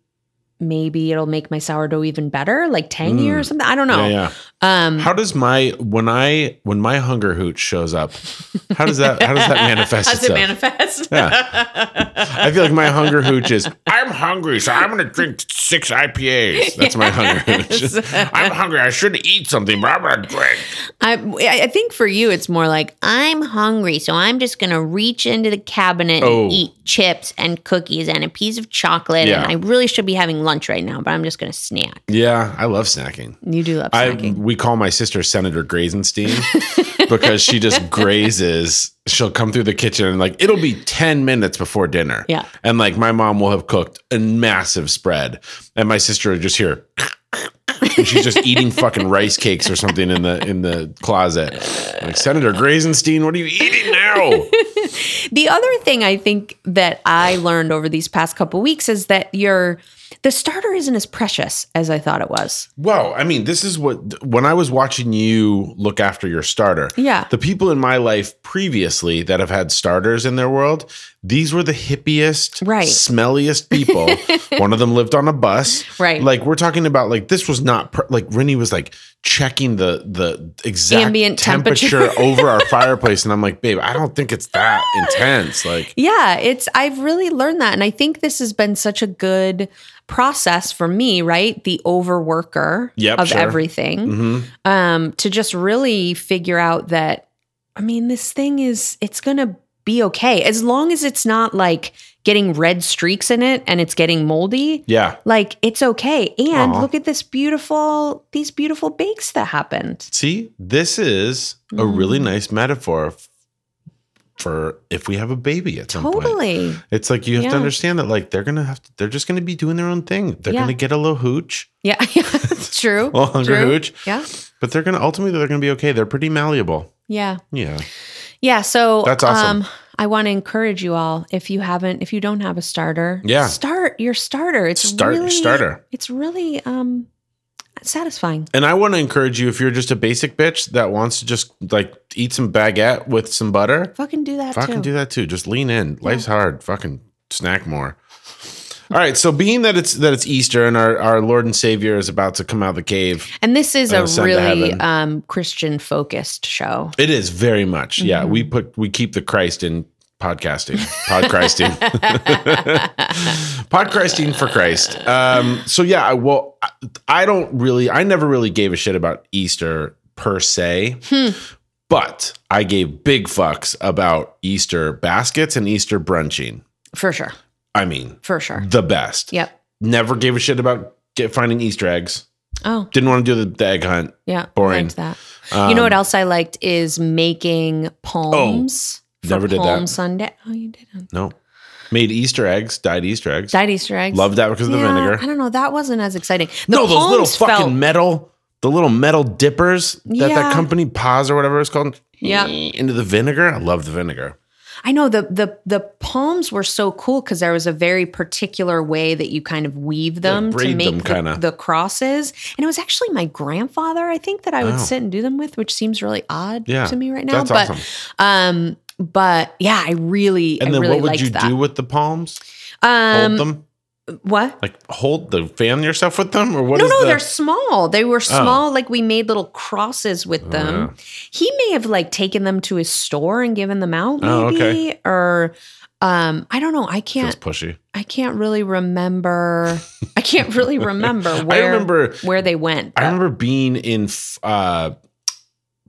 Speaker 2: maybe it'll make my sourdough even better, like tangier or
Speaker 1: Mm.
Speaker 2: something. I don't know.
Speaker 1: Yeah, yeah.
Speaker 2: Um
Speaker 1: How does my when I when my hunger hoot shows up, how does that how
Speaker 2: <laughs>
Speaker 1: does that manifest
Speaker 2: How does it
Speaker 1: itself?
Speaker 2: manifest?
Speaker 1: I feel like my hunger hooch is I'm hungry, so I'm gonna drink six IPAs. That's my <laughs> hunger hooch.
Speaker 2: Yes.
Speaker 1: I'm hungry. I should eat something, but I'm gonna drink.
Speaker 2: I I I think for you it's more like I'm hungry, so I'm just gonna reach into the cabinet
Speaker 1: Oh.
Speaker 2: and eat chips and cookies and a piece of chocolate.
Speaker 1: Yeah.
Speaker 2: And I really should be having lunch right now, but I'm just gonna snack.
Speaker 1: Yeah, I love snacking.
Speaker 2: You do love
Speaker 1: I
Speaker 2: snacking.
Speaker 1: we call my sister Senator Grazenstein <laughs> because she just grazes. She'll come through the kitchen and like it'll be ten minutes before dinner.
Speaker 2: Yeah.
Speaker 1: and like my mom will have cooked a massive spread, and my sister would just hear. <laughs> and she's just eating fucking rice cakes or something in the in the closet. Like Senator Grazenstein, what are you eating now?
Speaker 2: the other thing I think that I learned over these past couple weeks is that your the starter isn't as precious as I thought it was.
Speaker 1: Well, I mean, this is what when I was watching you look after your starter.
Speaker 2: Yeah.
Speaker 1: The people in my life previously that have had starters in their world, these were the hippiest,
Speaker 2: Right.
Speaker 1: smelliest
Speaker 2: <laughs>
Speaker 1: people. One of them lived on a bus.
Speaker 2: Right.
Speaker 1: Like we're talking about like this was not pr- like Rennie was like checking the the exact
Speaker 2: Ambient
Speaker 1: temperature over
Speaker 2: <laughs>
Speaker 1: our fireplace and I'm like, "Babe, I don't think it's that intense." Like
Speaker 2: Yeah, it's I've really learned that and I think this has been such a good process for me, right? The overworker
Speaker 1: Yep,
Speaker 2: of
Speaker 1: sure.
Speaker 2: everything.
Speaker 1: mhm.
Speaker 2: um, to just really figure out that I mean, this thing is it's gonna be okay as long as it's not like getting red streaks in it and it's getting moldy.
Speaker 1: Yeah.
Speaker 2: Like it's okay. And
Speaker 1: Aw.
Speaker 2: look at this beautiful these beautiful bakes that happened.
Speaker 1: See, this is a really
Speaker 2: Mm.
Speaker 1: nice metaphor f- for if we have a baby at some point.
Speaker 2: Totally.
Speaker 1: It's like you have
Speaker 2: Yeah.
Speaker 1: to understand that like they're gonna have to they're just gonna be doing their own thing. They're
Speaker 2: Yeah.
Speaker 1: gonna get a little hooch,
Speaker 2: Yeah. <laughs>
Speaker 1: a
Speaker 2: True.
Speaker 1: little hunger
Speaker 2: True.
Speaker 1: hooch,
Speaker 2: Yeah.
Speaker 1: but they're gonna ultimately they're gonna be okay. They're pretty malleable.
Speaker 2: Yeah.
Speaker 1: Yeah.
Speaker 2: Yeah. So
Speaker 1: That's awesome.
Speaker 2: um I want to encourage you all if you haven't if you don't have a starter,
Speaker 1: Yeah.
Speaker 2: start your starter. It's
Speaker 1: Start your
Speaker 2: really,
Speaker 1: starter.
Speaker 2: It's really um satisfying.
Speaker 1: And I want to encourage you if you're just a basic bitch that wants to just like eat some baguette with some butter,
Speaker 2: Fucking do that
Speaker 1: fucking
Speaker 2: too.
Speaker 1: do that too. Just lean in. Life's hard. Fucking snack more. All right. So being that it's that it's Easter and our, our Lord and Savior is about to come out of the cave,
Speaker 2: and this is
Speaker 1: Oh,
Speaker 2: a
Speaker 1: send to
Speaker 2: really
Speaker 1: heaven.
Speaker 2: um, Christian focused show.
Speaker 1: It is very much. Yeah, we
Speaker 2: Mm-hmm.
Speaker 1: put we keep the Christ in podcasting, <laughs> podcasting, podcasting for Christ. Um, so yeah, I- well, I- I don't really, I never really gave a shit about Easter per se,
Speaker 2: Hmm.
Speaker 1: but I gave big fucks about Easter baskets and Easter brunching.
Speaker 2: For sure.
Speaker 1: I mean,
Speaker 2: For sure.
Speaker 1: the best.
Speaker 2: Yep.
Speaker 1: Never gave a shit about get, finding Easter eggs.
Speaker 2: Oh,
Speaker 1: Didn't want to do the, the egg hunt.
Speaker 2: yeah.
Speaker 1: Boring. Um,
Speaker 2: Liked that. you know what else I liked is making palms. for
Speaker 1: Oh, never did that.
Speaker 2: Palm Sunday. Oh, you didn't.
Speaker 1: No. Made Easter eggs, dyed Easter eggs.
Speaker 2: Dyed Easter eggs.
Speaker 1: Loved that because of the
Speaker 2: Yeah,
Speaker 1: vinegar.
Speaker 2: I don't know. That wasn't as exciting. The
Speaker 1: no, those little
Speaker 2: palms
Speaker 1: fucking
Speaker 2: felt-
Speaker 1: metal, the little metal dippers that that
Speaker 2: Yeah.
Speaker 1: company Paz or whatever it's called.
Speaker 2: Yeah.
Speaker 1: Into the vinegar. I love the vinegar.
Speaker 2: I know the the the palms were so cool because there was a very particular way that you kind of weave them to
Speaker 1: braid
Speaker 2: make
Speaker 1: them,
Speaker 2: the,
Speaker 1: kinda.
Speaker 2: the crosses, and it was actually my grandfather I think that I would
Speaker 1: Wow.
Speaker 2: sit and do them with, which seems really odd
Speaker 1: Oh. Yeah,
Speaker 2: to me right now.
Speaker 1: That's
Speaker 2: but
Speaker 1: awesome.
Speaker 2: um, but yeah, I really
Speaker 1: And
Speaker 2: I
Speaker 1: then
Speaker 2: really
Speaker 1: what would
Speaker 2: liked
Speaker 1: you
Speaker 2: that.
Speaker 1: do with the palms? Hold
Speaker 2: um,
Speaker 1: them?
Speaker 2: what?
Speaker 1: Like hold the fan yourself with them? Or what
Speaker 2: No,
Speaker 1: is
Speaker 2: no,
Speaker 1: the- Oh.
Speaker 2: they're small. They were small. Like we made little crosses with them. He may have like taken them to his store and given them out, maybe,
Speaker 1: Oh, okay.
Speaker 2: or um, I don't know. I can't.
Speaker 1: feels pushy.
Speaker 2: I can't really remember. I can't really remember
Speaker 1: <laughs>
Speaker 2: where
Speaker 1: I remember
Speaker 2: where they went.
Speaker 1: I
Speaker 2: but-
Speaker 1: remember being in f- uh,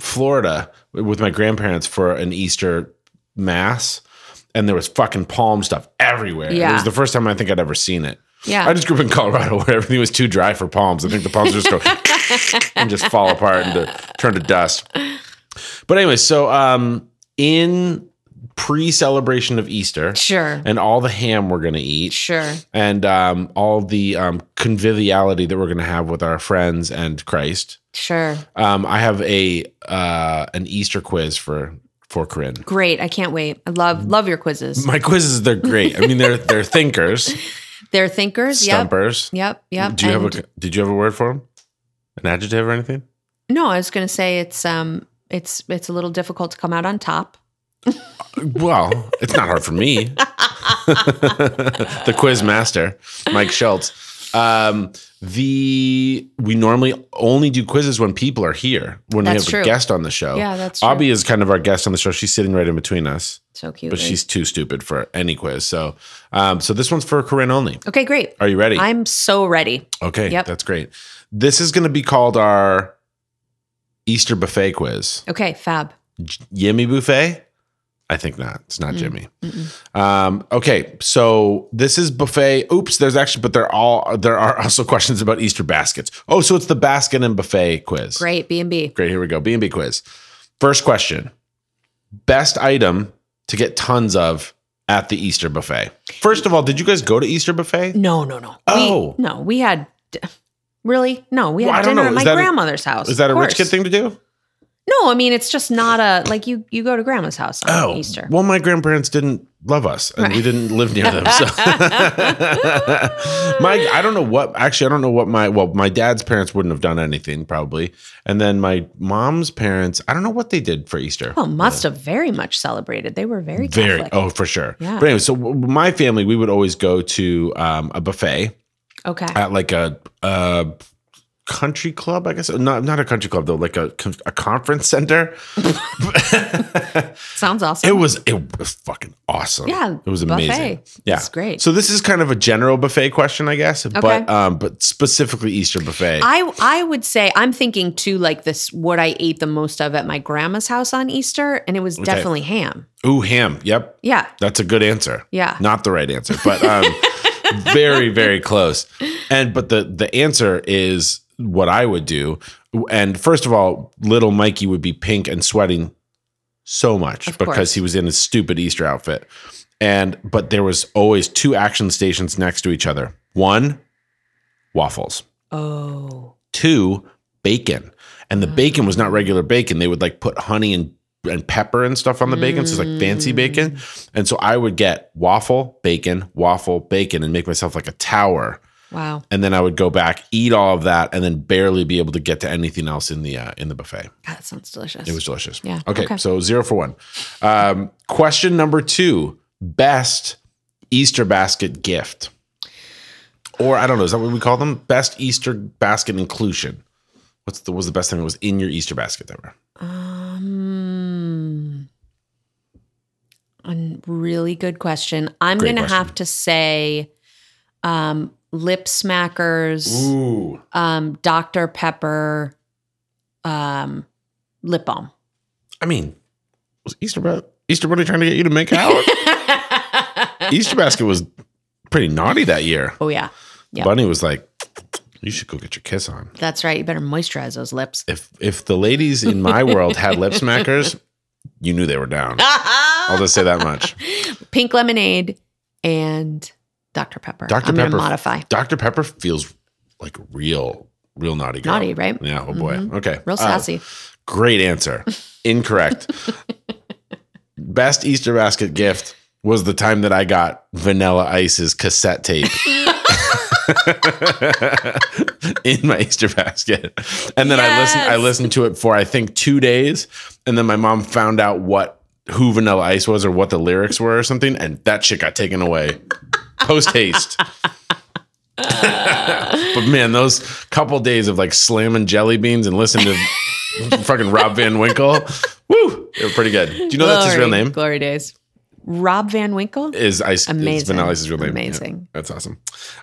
Speaker 1: Florida with my grandparents for an Easter mass, and there was fucking palm stuff everywhere. It
Speaker 2: Yeah.
Speaker 1: was the first time I think I'd ever seen it.
Speaker 2: Yeah.
Speaker 1: I just grew up in Colorado <laughs> where everything was too dry for palms. I think the palms just go <laughs> and just fall apart and to, turn to dust. But anyway, so um, in pre-celebration of Easter
Speaker 2: sure.
Speaker 1: and all the ham we're gonna eat,
Speaker 2: Sure.
Speaker 1: and um, all the um, conviviality that we're going to have with our friends and Christ.
Speaker 2: Sure.
Speaker 1: Um, I have a uh, an Easter quiz for for Corinne.
Speaker 2: Great. I can't wait. I love love your quizzes.
Speaker 1: My quizzes they're great. I mean, they're they're thinkers,
Speaker 2: They're thinkers. <laughs> Yep.
Speaker 1: stumpers.
Speaker 2: Yep. Yep.
Speaker 1: Mm. Do you
Speaker 2: And-
Speaker 1: have a Did you have a word for them? An adjective or anything?
Speaker 2: No, I was going to say it's um it's it's a little difficult to come out on top.
Speaker 1: Well, it's not hard for me. <laughs> the quiz master, Mike Schultz. Um, the we normally only do quizzes when people are here when
Speaker 2: That's
Speaker 1: we have
Speaker 2: true.
Speaker 1: a guest on the show.
Speaker 2: Yeah, that's true.
Speaker 1: Abby is kind of our guest on the show. She's sitting right in between us,
Speaker 2: so cute.
Speaker 1: but she's too stupid for any quiz. So, um, so this one's for Corinne only.
Speaker 2: Okay, great.
Speaker 1: Are you ready?
Speaker 2: I'm so ready.
Speaker 1: okay,
Speaker 2: yep.
Speaker 1: that's great. This is going to be called our Easter buffet quiz.
Speaker 2: Okay, fab.
Speaker 1: J- Yimmy buffet? I think not. It's not
Speaker 2: Mm.
Speaker 1: Jimmy.
Speaker 2: Mm-mm.
Speaker 1: Um, okay, so this is buffet. Oops, there's actually, but there all there are also <laughs> questions about Easter baskets. Oh, so it's the basket and buffet quiz.
Speaker 2: Great, B&B.
Speaker 1: Great. Here we go. B and B quiz. First question: Best item to get tons of at the Easter buffet. First of all, did you guys go to Easter buffet?
Speaker 2: No, no, no. We-
Speaker 1: Oh.
Speaker 2: no, we had Really? No, we had
Speaker 1: Well, I don't
Speaker 2: dinner
Speaker 1: know.
Speaker 2: at
Speaker 1: Is
Speaker 2: my
Speaker 1: that a-
Speaker 2: grandmother's house.
Speaker 1: Is that a
Speaker 2: of
Speaker 1: rich kid
Speaker 2: course.
Speaker 1: thing to do?
Speaker 2: No, I mean it's just not a like you you go to grandma's house on Easter.
Speaker 1: Oh, well, my grandparents didn't love us, and we didn't live near them.
Speaker 2: <laughs>
Speaker 1: So, my I don't know what actually I don't know what my well my dad's parents wouldn't have done anything probably, and then my mom's parents I don't know what they did for Easter.
Speaker 2: Well, must have very much celebrated. They were very Oh, Catholic.
Speaker 1: Very oh for sure.
Speaker 2: Yeah.
Speaker 1: But anyway, so w- my family we would always go to um, a buffet.
Speaker 2: okay.
Speaker 1: at like a, a country club, I guess. Not not a country club though, like a a conference center.
Speaker 2: Sounds awesome.
Speaker 1: It was it was fucking awesome.
Speaker 2: Yeah,
Speaker 1: it was
Speaker 2: buffet.
Speaker 1: amazing. Yeah,
Speaker 2: It's great.
Speaker 1: So this is kind of a general buffet question, I guess, but
Speaker 2: Okay.
Speaker 1: um, but specifically Easter buffet.
Speaker 2: I I would say I'm thinking too like this what I ate the most of at my grandma's house on Easter and it was definitely ham.
Speaker 1: Ooh, ham. Yep,
Speaker 2: Yeah.
Speaker 1: that's a good answer.
Speaker 2: Yeah.
Speaker 1: not the right answer, but
Speaker 2: <laughs>
Speaker 1: um, very very close. And but the the answer is what I would do. And first of all, little Mikey would be pink and sweating so much
Speaker 2: Of
Speaker 1: because
Speaker 2: course.
Speaker 1: he was in his stupid Easter outfit. And but there was always two action stations next to each other. One, waffles.
Speaker 2: Oh.
Speaker 1: Two, bacon. And the bacon was not regular bacon. They would like put honey and and pepper and stuff on the bacon. So it's like fancy bacon. And so I would get waffle, bacon, waffle, bacon, and make myself like a tower.
Speaker 2: Wow.
Speaker 1: And then I would go back, eat all of that, and then barely be able to get to anything else in the uh, in the buffet.
Speaker 2: God, that sounds delicious.
Speaker 1: It was delicious.
Speaker 2: Yeah.
Speaker 1: Okay,
Speaker 2: Okay.
Speaker 1: So zero for one. Um, question number two: Best Easter basket gift, or I don't know, is that what we call them? Best Easter basket inclusion. What's the what was the best thing that was in your Easter basket ever?
Speaker 2: um a really good question. I'm
Speaker 1: Great
Speaker 2: going to
Speaker 1: question.
Speaker 2: have to say um lip smackers,
Speaker 1: Ooh,
Speaker 2: um Dr Pepper um lip
Speaker 1: <laughs>
Speaker 2: balm.
Speaker 1: I mean, was Easter Bro- Easter Bunny trying to get you to make
Speaker 2: <laughs>
Speaker 1: out? Easter basket was pretty naughty that year.
Speaker 2: oh yeah. Yeah.
Speaker 1: Bunny was like, "You should go get your kiss on."
Speaker 2: That's right. You better moisturize those lips.
Speaker 1: If if the ladies in my world had lip smackers, you knew they were
Speaker 2: <laughs>
Speaker 1: down. I'll just say that much.
Speaker 2: pink lemonade and Dr. Pepper.
Speaker 1: Dr.
Speaker 2: I'm gonna
Speaker 1: Pepper.
Speaker 2: modify.
Speaker 1: Dr. Pepper feels like real, real naughty girl.
Speaker 2: Naughty, right?
Speaker 1: Yeah. Oh boy.
Speaker 2: Mhm.
Speaker 1: Okay.
Speaker 2: Real
Speaker 1: Uh,
Speaker 2: sassy.
Speaker 1: great
Speaker 2: <laughs>
Speaker 1: answer. Incorrect. Best Easter basket gift was the time that I got Vanilla Ice's cassette
Speaker 2: <laughs>
Speaker 1: tape. in my Easter basket. And then I listened I
Speaker 2: Yes.
Speaker 1: listened to it for I think 2 days and then my mom found out what who Vanilla Ice was or what the lyrics were or something and that shit got taken away post haste. but man, those couple days of like slamming jelly beans and listening
Speaker 2: <laughs>
Speaker 1: to fucking Rob Van Winkle, woo, they were pretty good. Do you know that's his real
Speaker 2: Glory-
Speaker 1: name?
Speaker 2: Glory days. Rob Van Winkle.
Speaker 1: Is Ice Is
Speaker 2: Amazing.
Speaker 1: Vanilla Ice's real name? Yeah,
Speaker 2: Amazing.
Speaker 1: that's awesome.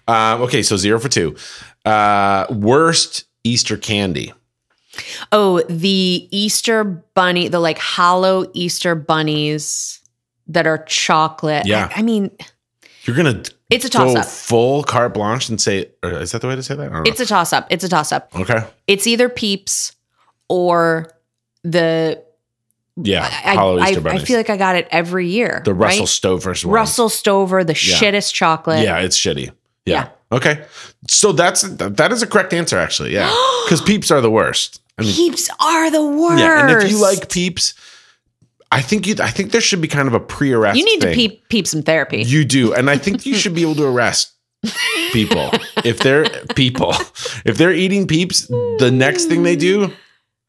Speaker 1: Um, okay, so zero for two. Uh, worst Easter candy.
Speaker 2: Oh, the Easter bunny, the like hollow Easter bunnies that are chocolate.
Speaker 1: Yeah.
Speaker 2: I, I mean,
Speaker 1: You're gonna
Speaker 2: it's a
Speaker 1: go
Speaker 2: toss up.
Speaker 1: full carte blanche and say, or is that the way to say that? I don't know.
Speaker 2: It's a toss up. It's a toss up.
Speaker 1: okay.
Speaker 2: It's either Peeps or the
Speaker 1: Yeah,
Speaker 2: I,
Speaker 1: Hollow
Speaker 2: I,
Speaker 1: Easter
Speaker 2: I
Speaker 1: Bunnies.
Speaker 2: feel like I got it every year.
Speaker 1: the Russell
Speaker 2: right?
Speaker 1: Stover's one.
Speaker 2: Russell Stover, the
Speaker 1: Yeah.
Speaker 2: shittest chocolate.
Speaker 1: Yeah, it's shitty. Yeah. Okay. So that's that is a correct answer actually.
Speaker 2: <gasps>
Speaker 1: Yeah. Cuz peeps are the worst. I mean,
Speaker 2: Peeps are the worst.
Speaker 1: yeah, and if you like peeps, I think you I think there should be kind of a pre-arrest
Speaker 2: you need to
Speaker 1: thing.
Speaker 2: peep peep some therapy.
Speaker 1: You do. And I think you should be able to
Speaker 2: <laughs>
Speaker 1: arrest people if they're people. If they're eating peeps, the next thing they do,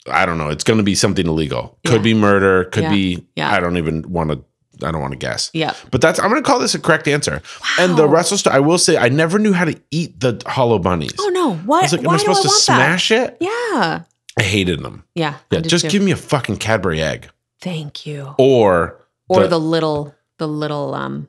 Speaker 1: I don't know, it's going to be something illegal. Could
Speaker 2: Yeah.
Speaker 1: be murder, could
Speaker 2: Yeah.
Speaker 1: be
Speaker 2: Yeah.
Speaker 1: I don't even want to I don't want to guess.
Speaker 2: yeah.
Speaker 1: But that's I'm going to call this a correct answer. And the
Speaker 2: Wow.
Speaker 1: Russell Stover, I will say I never knew how to eat the hollow bunnies.
Speaker 2: Oh no!
Speaker 1: I
Speaker 2: What?
Speaker 1: was like, am
Speaker 2: Why
Speaker 1: I
Speaker 2: do I
Speaker 1: supposed
Speaker 2: want
Speaker 1: to
Speaker 2: that?
Speaker 1: smash it?
Speaker 2: Yeah.
Speaker 1: I hated them.
Speaker 2: Yeah. I
Speaker 1: Yeah,
Speaker 2: did
Speaker 1: just
Speaker 2: too.
Speaker 1: give me a fucking Cadbury egg
Speaker 2: Thank you.
Speaker 1: or
Speaker 2: Or the, little, the little um,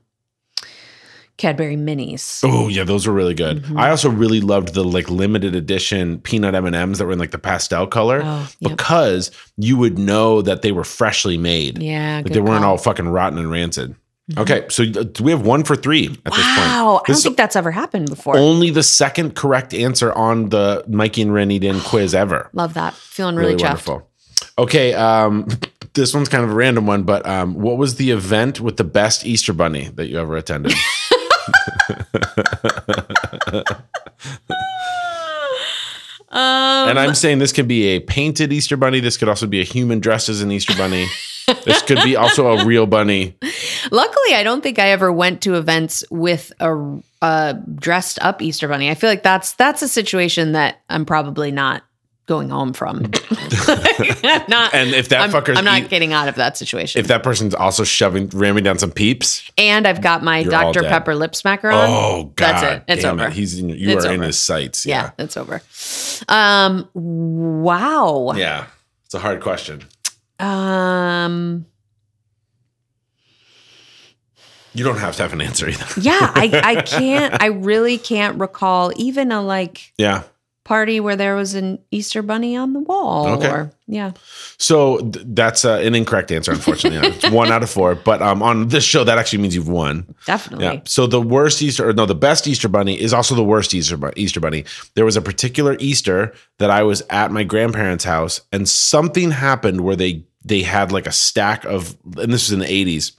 Speaker 2: Cadbury minis.
Speaker 1: Oh yeah, those were really good.
Speaker 2: Mhm.
Speaker 1: I also really loved the like limited edition peanut M and M's that were in like the pastel color
Speaker 2: Oh, yep.
Speaker 1: because you would know that they were freshly made.
Speaker 2: yeah.
Speaker 1: Like
Speaker 2: good
Speaker 1: they weren't
Speaker 2: call.
Speaker 1: all fucking rotten and rancid.
Speaker 2: Mhm.
Speaker 1: Okay, so uh, we have one for three at this point.
Speaker 2: Wow. I
Speaker 1: This
Speaker 2: don't
Speaker 1: is
Speaker 2: think that's ever happened before.
Speaker 1: Only the second correct answer on the Mikey and Ren eat in quiz ever.
Speaker 2: Love that. Feeling really, chuffed.
Speaker 1: Okay, um, <laughs> this one's kind of a random one, but um, what was the event with the best Easter bunny that you ever
Speaker 2: <laughs>
Speaker 1: attended?
Speaker 2: Um,
Speaker 1: and I'm saying this could be a painted Easter bunny. This could also be a human dressed as an Easter bunny. this could be also a real bunny.
Speaker 2: luckily, I don't think I ever went to events with a, a dressed up Easter bunny. I feel like that's that's a situation that I'm probably not going
Speaker 1: <laughs>
Speaker 2: home from. <laughs> I'm not.
Speaker 1: And if that
Speaker 2: I'm,
Speaker 1: fucker's
Speaker 2: I'm not
Speaker 1: eat-
Speaker 2: getting out of that situation.
Speaker 1: if that person's also shoving ramming down some peeps,
Speaker 2: and I've got my
Speaker 1: You're all
Speaker 2: Dr
Speaker 1: dead.
Speaker 2: Pepper lip smacker on.
Speaker 1: oh god,
Speaker 2: that's it. It's
Speaker 1: damn
Speaker 2: over.
Speaker 1: it, he's in, you
Speaker 2: It's
Speaker 1: are in
Speaker 2: over.
Speaker 1: his sights.
Speaker 2: yeah,
Speaker 1: Yeah,
Speaker 2: that's over. Um, wow.
Speaker 1: yeah, it's a hard question.
Speaker 2: Um,
Speaker 1: You don't have to have an answer either.
Speaker 2: yeah, I, I can't. I really can't recall even a like
Speaker 1: <laughs> Yeah.
Speaker 2: party where there was an Easter bunny on the wall.
Speaker 1: Okay.
Speaker 2: Or, yeah.
Speaker 1: So th- that's uh, an incorrect answer, <laughs> unfortunately. it's one out of four. But um, on this show, that actually means you've won.
Speaker 2: Definitely.
Speaker 1: Yeah. So the worst Easter, or no, the best Easter bunny is also the worst Easter bu- Easter bunny. There was a particular Easter that I was at my grandparents' house, and something happened where they they had like a stack of, and this was in the eighties,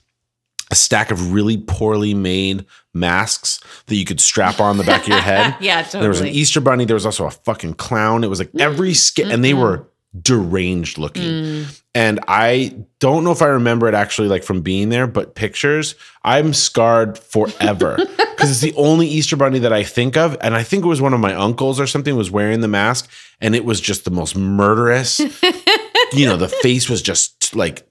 Speaker 1: a stack of really poorly made masks that you could strap on the back of your head.
Speaker 2: <laughs> Yeah,
Speaker 1: And There was an
Speaker 2: totally.
Speaker 1: Easter bunny. There was also a fucking clown. It was like every skit, and they
Speaker 2: Mm-mm.
Speaker 1: were deranged looking
Speaker 2: Mm-hmm. Mm.
Speaker 1: and I don't know if I remember it actually like from being there, but pictures, I'm scarred
Speaker 2: <laughs>
Speaker 1: forever because it's the only Easter bunny that I think of. And I think it was one of my uncles or something was wearing the mask and it was just the most
Speaker 2: <laughs>
Speaker 1: murderous. you know, the face was just like,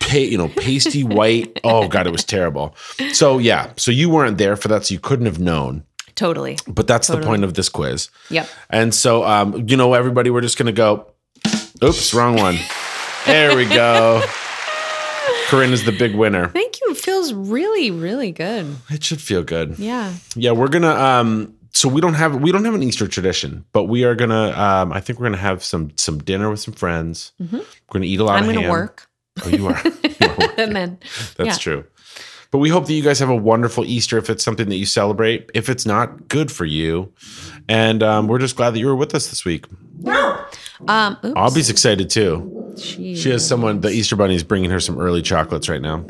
Speaker 1: pa- you know, pasty white. Oh God, it was terrible. So yeah. So you weren't there for that. So you couldn't have known,
Speaker 2: Totally.
Speaker 1: but that's the
Speaker 2: Totally.
Speaker 1: point of this quiz.
Speaker 2: Yep.
Speaker 1: And so, um, you know, everybody, we're just gonna go. Oops, wrong one. There we
Speaker 2: <laughs>
Speaker 1: go. Corinne is the big winner.
Speaker 2: Thank you. It feels really, really good.
Speaker 1: It should feel good.
Speaker 2: Yeah.
Speaker 1: Yeah, we're gonna. Um, so we don't have we don't have an Easter tradition, but we are gonna. Um, I think we're gonna have some some dinner with some friends. We're gonna eat a lot.
Speaker 2: Mm-hmm. I'm
Speaker 1: of
Speaker 2: going to
Speaker 1: ham. <laughs>
Speaker 2: work.
Speaker 1: Oh, you
Speaker 2: <laughs>
Speaker 1: are. You are working.
Speaker 2: and then,
Speaker 1: That's
Speaker 2: yeah.
Speaker 1: true. But we hope that you guys have a wonderful Easter if it's something that you celebrate. If it's not, good for you. And um, we're just glad that you were with us this week.
Speaker 2: Um, oops.
Speaker 1: Obby's excited too.
Speaker 2: Jeez.
Speaker 1: She has someone. The Easter Bunny is bringing her some early chocolates right
Speaker 2: <laughs>
Speaker 1: now.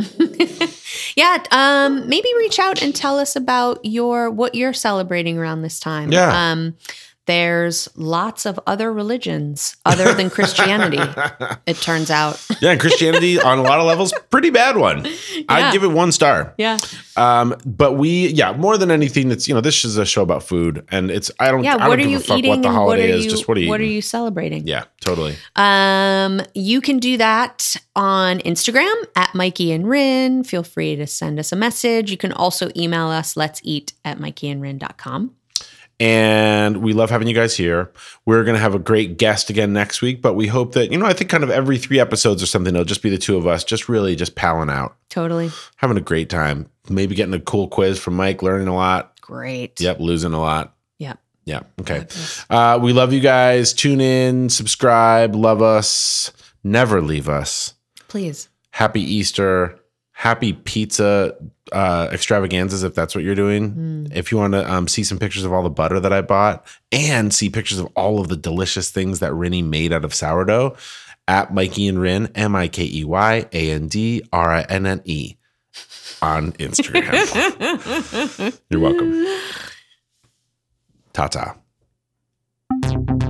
Speaker 2: Yeah, um, maybe reach out and tell us about your what you're celebrating around this time.
Speaker 1: Yeah.
Speaker 2: Um, there's lots of other religions other
Speaker 1: <laughs>
Speaker 2: than Christianity. it turns out.
Speaker 1: Yeah, and Christianity on a lot of levels, pretty bad one. I'd
Speaker 2: Yeah.
Speaker 1: give it one star.
Speaker 2: Yeah.
Speaker 1: Um, but we, yeah, more than anything, that's you know, this is a show about food, and it's I don't,
Speaker 2: Yeah.
Speaker 1: I don't
Speaker 2: what are
Speaker 1: give
Speaker 2: you
Speaker 1: a fuck
Speaker 2: eating?
Speaker 1: what the
Speaker 2: and
Speaker 1: holiday
Speaker 2: what are
Speaker 1: is.
Speaker 2: you,
Speaker 1: Just what are you?
Speaker 2: What are
Speaker 1: eating?
Speaker 2: you celebrating?
Speaker 1: Yeah, totally.
Speaker 2: Um, you can do that on Instagram at Mikey and Rin. Feel free to send us a message. You can also email us, let's eat at mikeyandrin.com.
Speaker 1: and we love having you guys here. We're going to have a great guest again next week, but we hope that you know, I think kind of every three episodes or something, it'll just be the two of us, just really just palling out,
Speaker 2: Totally.
Speaker 1: having a great time, maybe getting a cool quiz from Mike, learning a lot.
Speaker 2: Great.
Speaker 1: Yep, losing a lot.
Speaker 2: Yep.
Speaker 1: Yeah. Okay. Uh, we love you guys. Tune in, subscribe, love us, never leave us.
Speaker 2: Please.
Speaker 1: Happy Easter. happy pizza uh, extravaganzas if that's what you're doing. If you want to um, see some pictures of all the butter that I bought and see pictures of all of the delicious things that Rennie made out of sourdough, at Mikey and Rin, M I K E Y A N D R I N N E on Instagram.
Speaker 2: <laughs>
Speaker 1: you're welcome. Ta ta.